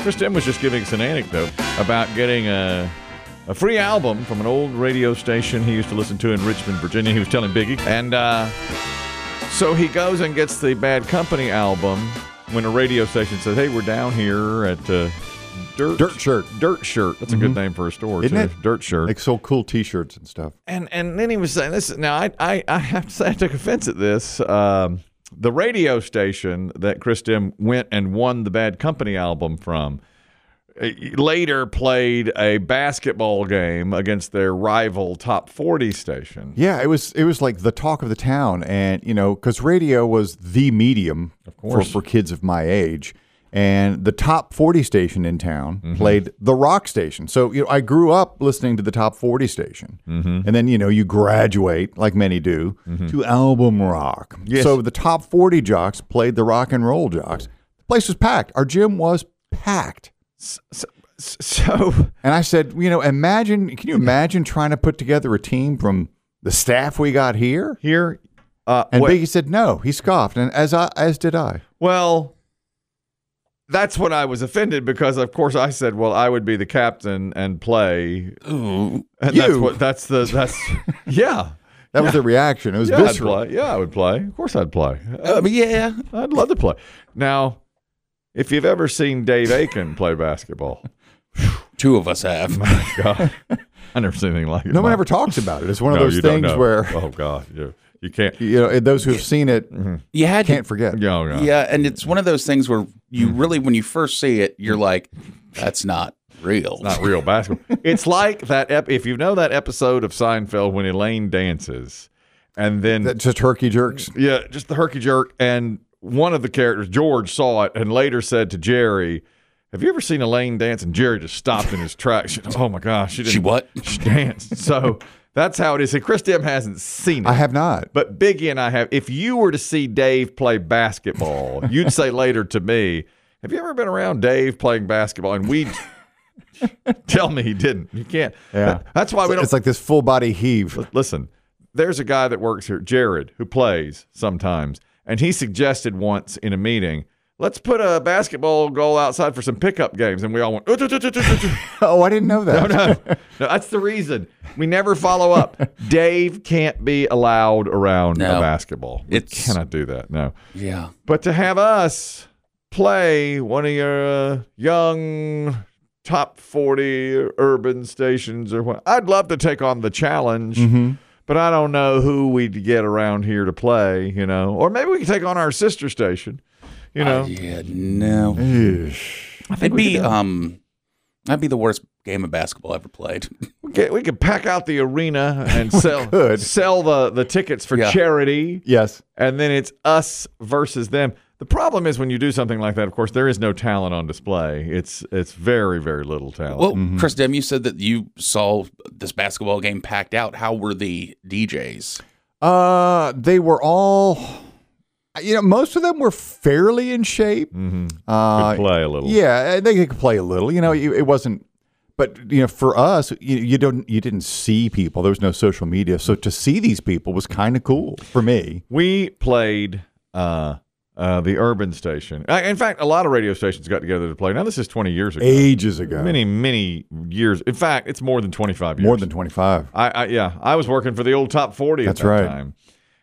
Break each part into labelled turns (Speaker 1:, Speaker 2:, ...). Speaker 1: Chris Tim was just giving us an anecdote about getting a, a free album from an old radio station he used to listen to in Richmond, Virginia. He was telling Biggie. And uh, so he goes and gets the Bad Company album when a radio station says, hey, we're down here at uh, Dirt,
Speaker 2: Dirt Shirt. Mm-hmm.
Speaker 1: Dirt Shirt. That's a good name for a store,
Speaker 2: Isn't
Speaker 1: too.
Speaker 2: it?
Speaker 1: Dirt Shirt.
Speaker 2: Like sold cool T-shirts and stuff.
Speaker 1: and and then he was saying this. Now I I, I have to say I took offense at this. Um, the radio station that Chris Dim went and won the Bad Company album from uh, later played a basketball game against their rival Top Forty station.
Speaker 2: Yeah, it was it was like the talk of the town, and you know, because radio was the medium for, for kids of my age, and the top forty station in town played the rock station. So you know, I grew up listening to the top forty station, and then you know, you graduate like many do to album rock. So the top forty jocks played the rock and roll jocks. The place was packed. Our gym was packed.
Speaker 1: S- So
Speaker 2: And I said, you know, imagine, can you imagine trying to put together a team from the staff we got here?
Speaker 1: here, uh,
Speaker 2: And
Speaker 1: wait-
Speaker 2: Biggie said, no, he scoffed. And as I, as did I.
Speaker 1: Well, that's when I was offended because, of course, I said, "Well, I would be the captain and play." and that's
Speaker 2: you.
Speaker 1: what that's the that's yeah.
Speaker 2: That was the reaction. It was
Speaker 1: Yeah, I'd
Speaker 2: visceral.
Speaker 1: play. Yeah, I would play. Of course, I'd play.
Speaker 3: Uh, but yeah.
Speaker 1: I'd love to play. Now, if you've ever seen Dave Aiken play basketball,
Speaker 3: Two of us have.
Speaker 1: God, I never seen anything like it.
Speaker 2: No one
Speaker 1: My-
Speaker 2: ever talks about it. It's one of
Speaker 1: No,
Speaker 2: those
Speaker 1: you don't
Speaker 2: things
Speaker 1: know.
Speaker 2: where,
Speaker 1: oh God, you you can't.
Speaker 2: you know, those who've seen it
Speaker 3: You had
Speaker 2: can't forget.
Speaker 1: Mm-hmm. Yeah, oh, God.
Speaker 3: Yeah, and it's one of those things where you really, when you first see it, you're like, "That's not real."
Speaker 1: not real basketball. it's like that. Ep- if you know that episode of Seinfeld when Elaine dances, and then
Speaker 2: That's just turkey jerks.
Speaker 1: Yeah, just the herky jerk. And one of the characters, George, saw it and later said to Jerry, "Have you ever seen Elaine dance?" And Jerry just stopped in his tracks. She- oh my gosh, she didn't,
Speaker 3: She what?
Speaker 1: She danced. So that's how it is. And Chris Dim hasn't seen it.
Speaker 2: I have not.
Speaker 1: But Biggie and I have. If you were to see Dave play basketball, you'd say later to me, "Have you ever been around Dave playing basketball?" And we tell me he didn't. You can't.
Speaker 2: Yeah.
Speaker 1: that's why we don't.
Speaker 2: It's like this full body heave.
Speaker 1: L- Listen, there's a guy that works here, Jared, who plays sometimes, and he suggested once in a meeting, let's put a basketball goal outside for some pickup games, and we all went. "Uh, duh, duh, duh, duh, duh, duh."
Speaker 2: Oh, I didn't know that.
Speaker 1: no, no, that's the reason we never follow up. Dave can't be allowed around a
Speaker 3: No.
Speaker 1: basketball. We
Speaker 3: It's-
Speaker 1: cannot do that. No,
Speaker 3: Yeah,
Speaker 1: but to have us play one of your uh, young top 40 urban stations or what, I'd love to take on the challenge,
Speaker 3: Mm-hmm.
Speaker 1: but I don't know who we'd get around here to play, you know, or maybe we could take on our sister station, you know.
Speaker 3: yeah, no. It'd be um, that'd be the worst game of basketball ever played.
Speaker 1: we, could, we could pack out the arena and sell
Speaker 2: could.
Speaker 1: sell the, the tickets for
Speaker 3: Yeah.
Speaker 1: charity.
Speaker 2: Yes.
Speaker 1: and then it's us versus them. The problem is when you do something like that, of course, there is no talent on display. It's it's very very little talent.
Speaker 3: Well, Chris Dem, you said that you saw this basketball game packed out. How were the DJs?
Speaker 2: Uh, they were all, you know, most of them were fairly in shape.
Speaker 1: Mm-hmm.
Speaker 2: Uh,
Speaker 1: Could play a little.
Speaker 2: Yeah, and they could play a little. You know, you- it wasn't. But you know, for us, you, you don't you didn't see people. There was no social media, so to see these people was kind of cool for me.
Speaker 1: We played uh, uh, the urban station. Uh, In fact, a lot of radio stations got together to play. Now this is twenty years ago.
Speaker 2: Ages ago,
Speaker 1: Many many years. In fact, it's more than twenty five years.
Speaker 2: more than twenty five.
Speaker 1: I, I yeah, I was working for the old top forty
Speaker 2: That's
Speaker 1: at that
Speaker 2: right.
Speaker 1: time.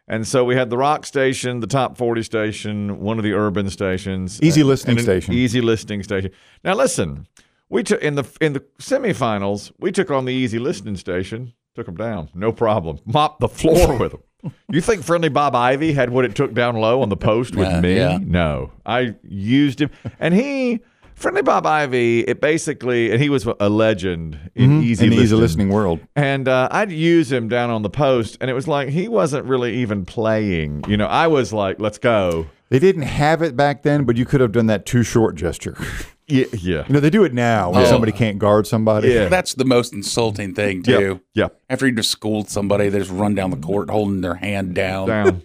Speaker 1: And so we had the rock station, the top forty station, one of the urban stations,
Speaker 2: Easy
Speaker 1: and- and
Speaker 2: listening
Speaker 1: an
Speaker 2: station.
Speaker 1: easy listening station. Now listen, we took in the in the semifinals, we took on the easy listening station, took them down, no problem, mopped the floor with them. You think friendly Bob Ivy had what it took down low on the post with
Speaker 3: Nah,
Speaker 1: me?
Speaker 3: yeah.
Speaker 1: No, I used him, and he. Friendly Bob Ivy, it basically, and he was a legend in easy
Speaker 2: in the Mm-hmm. easy
Speaker 1: listening.
Speaker 2: listening world.
Speaker 1: And uh, I'd use him down on the post, and it was like he wasn't really even playing. You know, I was like, "Let's go."
Speaker 2: They didn't have it back then, but you could have done that too short gesture.
Speaker 1: Yeah, yeah,
Speaker 2: you know, they do it now when
Speaker 3: Yeah.
Speaker 2: somebody can't guard somebody.
Speaker 1: Yeah.
Speaker 3: That's the most insulting thing
Speaker 1: Yep,
Speaker 3: too.
Speaker 1: yep.
Speaker 3: After you just schooled somebody, they just run down the court holding their hand down.
Speaker 1: Down.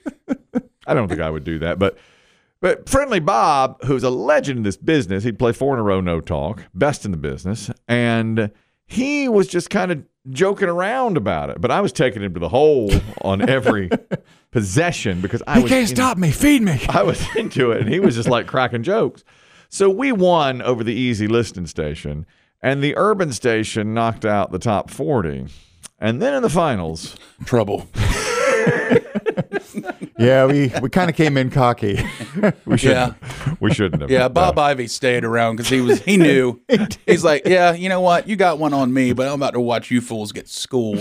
Speaker 1: I don't think I would do that, but but friendly Bob, who's a legend in this business, he'd play four in a row, no talk, best in the business, and he was just kind of joking around about it. But I was taking him to the hole on every possession because I
Speaker 2: He
Speaker 1: was
Speaker 2: can't
Speaker 1: in-
Speaker 2: stop me. Feed me.
Speaker 1: I was into it, and he was just like cracking jokes. So we won over the easy listening station, and the urban station knocked out the top 40. And then in the finals,
Speaker 3: Trouble.
Speaker 2: Yeah, we, we kind of came in cocky.
Speaker 1: we shouldn't,
Speaker 3: Yeah.
Speaker 1: we shouldn't have.
Speaker 3: Yeah, Bob Ivy stayed around because he was he knew. He's like, yeah, you know what? You got one on me, but I'm about to watch you fools get schooled.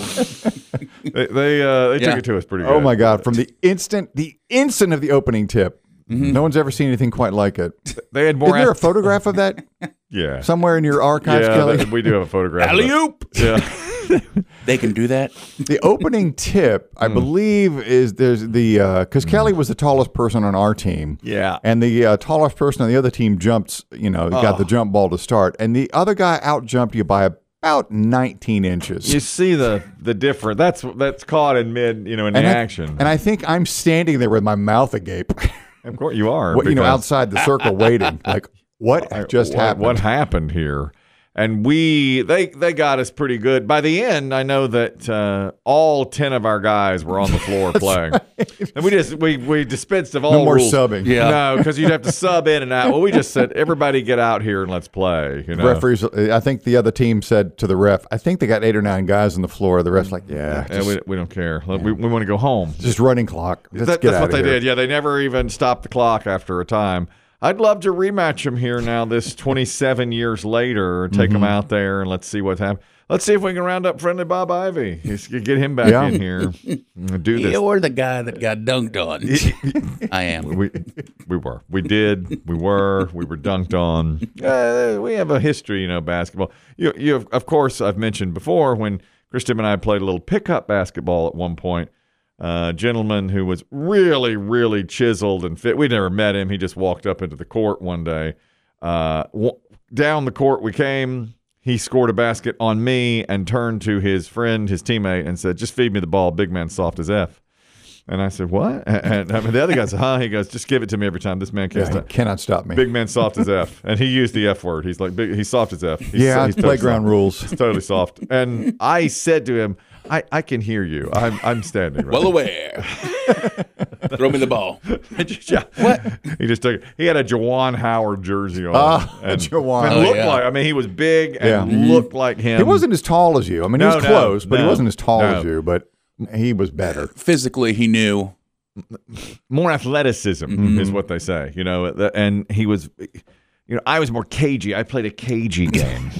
Speaker 1: They they, uh, they took
Speaker 3: Yeah.
Speaker 1: it to us pretty good.
Speaker 2: Oh my God! From the instant the instant of the opening tip,
Speaker 1: Mm-hmm.
Speaker 2: no one's ever seen anything quite like it. Is
Speaker 1: They had more.
Speaker 2: there a
Speaker 1: ath-
Speaker 2: photograph of that
Speaker 1: yeah.
Speaker 2: somewhere in your archives,
Speaker 1: yeah,
Speaker 2: Kelly?
Speaker 1: that- we do have a photograph. of
Speaker 3: Alley
Speaker 1: that.
Speaker 3: oop!
Speaker 1: Yeah.
Speaker 3: They can do that.
Speaker 2: The opening tip, I believe, is there's the because Kelly was the tallest person on our team.
Speaker 1: Yeah.
Speaker 2: And the uh, tallest person on the other team jumped, you know, got the jump ball to start. And the other guy out jumped you by about 19 inches.
Speaker 1: You see the the difference. That's that's caught in mid, you know, in
Speaker 2: and I-
Speaker 1: action.
Speaker 2: and I think I'm standing there with my mouth agape,
Speaker 1: of course, you are.
Speaker 2: what, you know,
Speaker 1: because-
Speaker 2: outside the circle waiting. Like, what just
Speaker 1: what,
Speaker 2: happened?
Speaker 1: What happened here? And we they they got us pretty good. By the end, I know that uh, all ten of our guys were on the floor playing, and we just we we dispensed of all
Speaker 2: no more
Speaker 1: rules.
Speaker 2: subbing.
Speaker 3: Yeah.
Speaker 1: No, because you'd have to sub in and out. Well, we just said everybody get out here and let's play. You know,
Speaker 2: Referees, I think the other team said to the ref, I think they got eight or nine guys on the floor. The ref's like, yeah,
Speaker 1: Yeah,
Speaker 2: just,
Speaker 1: we, we don't care. Look, We, we want to go home.
Speaker 2: just running clock. Let's
Speaker 1: That-
Speaker 2: get
Speaker 1: that's
Speaker 2: out
Speaker 1: what
Speaker 2: of
Speaker 1: they
Speaker 2: here.
Speaker 1: did. Yeah, they never even stopped the clock after a time. I'd love to rematch them here now, this 27 years later. Take
Speaker 2: Mm-hmm.
Speaker 1: them out there and let's see what happens. Let's see if we can round up friendly Bob Ivy. Let's Get get him back
Speaker 2: Yeah.
Speaker 1: in here. and Do this.
Speaker 3: You're the guy that got dunked on. I am.
Speaker 1: We we were. We did. We were. We were dunked on. Uh, we have a history, you know, basketball. You you have, of course I've mentioned before when Christine and I played a little pickup basketball at one point. uh, A gentleman who was really, really chiseled and fit. We never met him. He just walked up into the court one day. Uh, w- down the court we came. He scored a basket on me and turned to his friend, his teammate, and said, "Just feed me the ball. Big man, soft as f." And I said, "What?" And, and I mean, the other guy said, "Huh?" He goes, "Just give it to me every time. This man can't
Speaker 2: Yeah, he
Speaker 1: stop.
Speaker 2: cannot stop me.
Speaker 1: Big man, soft as f." And he used the f word. He's like, big, "He's soft as f." He's,
Speaker 2: yeah,
Speaker 1: he's
Speaker 2: it's
Speaker 1: totally
Speaker 2: playground
Speaker 1: soft.
Speaker 2: rules.
Speaker 1: He's totally soft. And I said to him, "I, I can hear you. I'm I'm standing right."
Speaker 3: Well aware. Throw me the ball.
Speaker 1: what? He just took. He had a Jawan Howard jersey on.
Speaker 2: Ah,
Speaker 1: and,
Speaker 2: Juwan.
Speaker 1: and
Speaker 3: Oh,
Speaker 1: looked
Speaker 3: yeah.
Speaker 1: like. I mean, he was big and
Speaker 2: Yeah.
Speaker 1: looked like him.
Speaker 2: He wasn't as tall as you. I mean, he
Speaker 1: No,
Speaker 2: was
Speaker 1: no,
Speaker 2: close, but he
Speaker 1: no,
Speaker 2: wasn't as tall as
Speaker 1: no.
Speaker 2: you. But he was better.
Speaker 3: Physically, he knew.
Speaker 1: more athleticism
Speaker 3: Mm-hmm.
Speaker 1: is what they say, you know. the- And he was, you know, I was more cagey. I played a cagey game.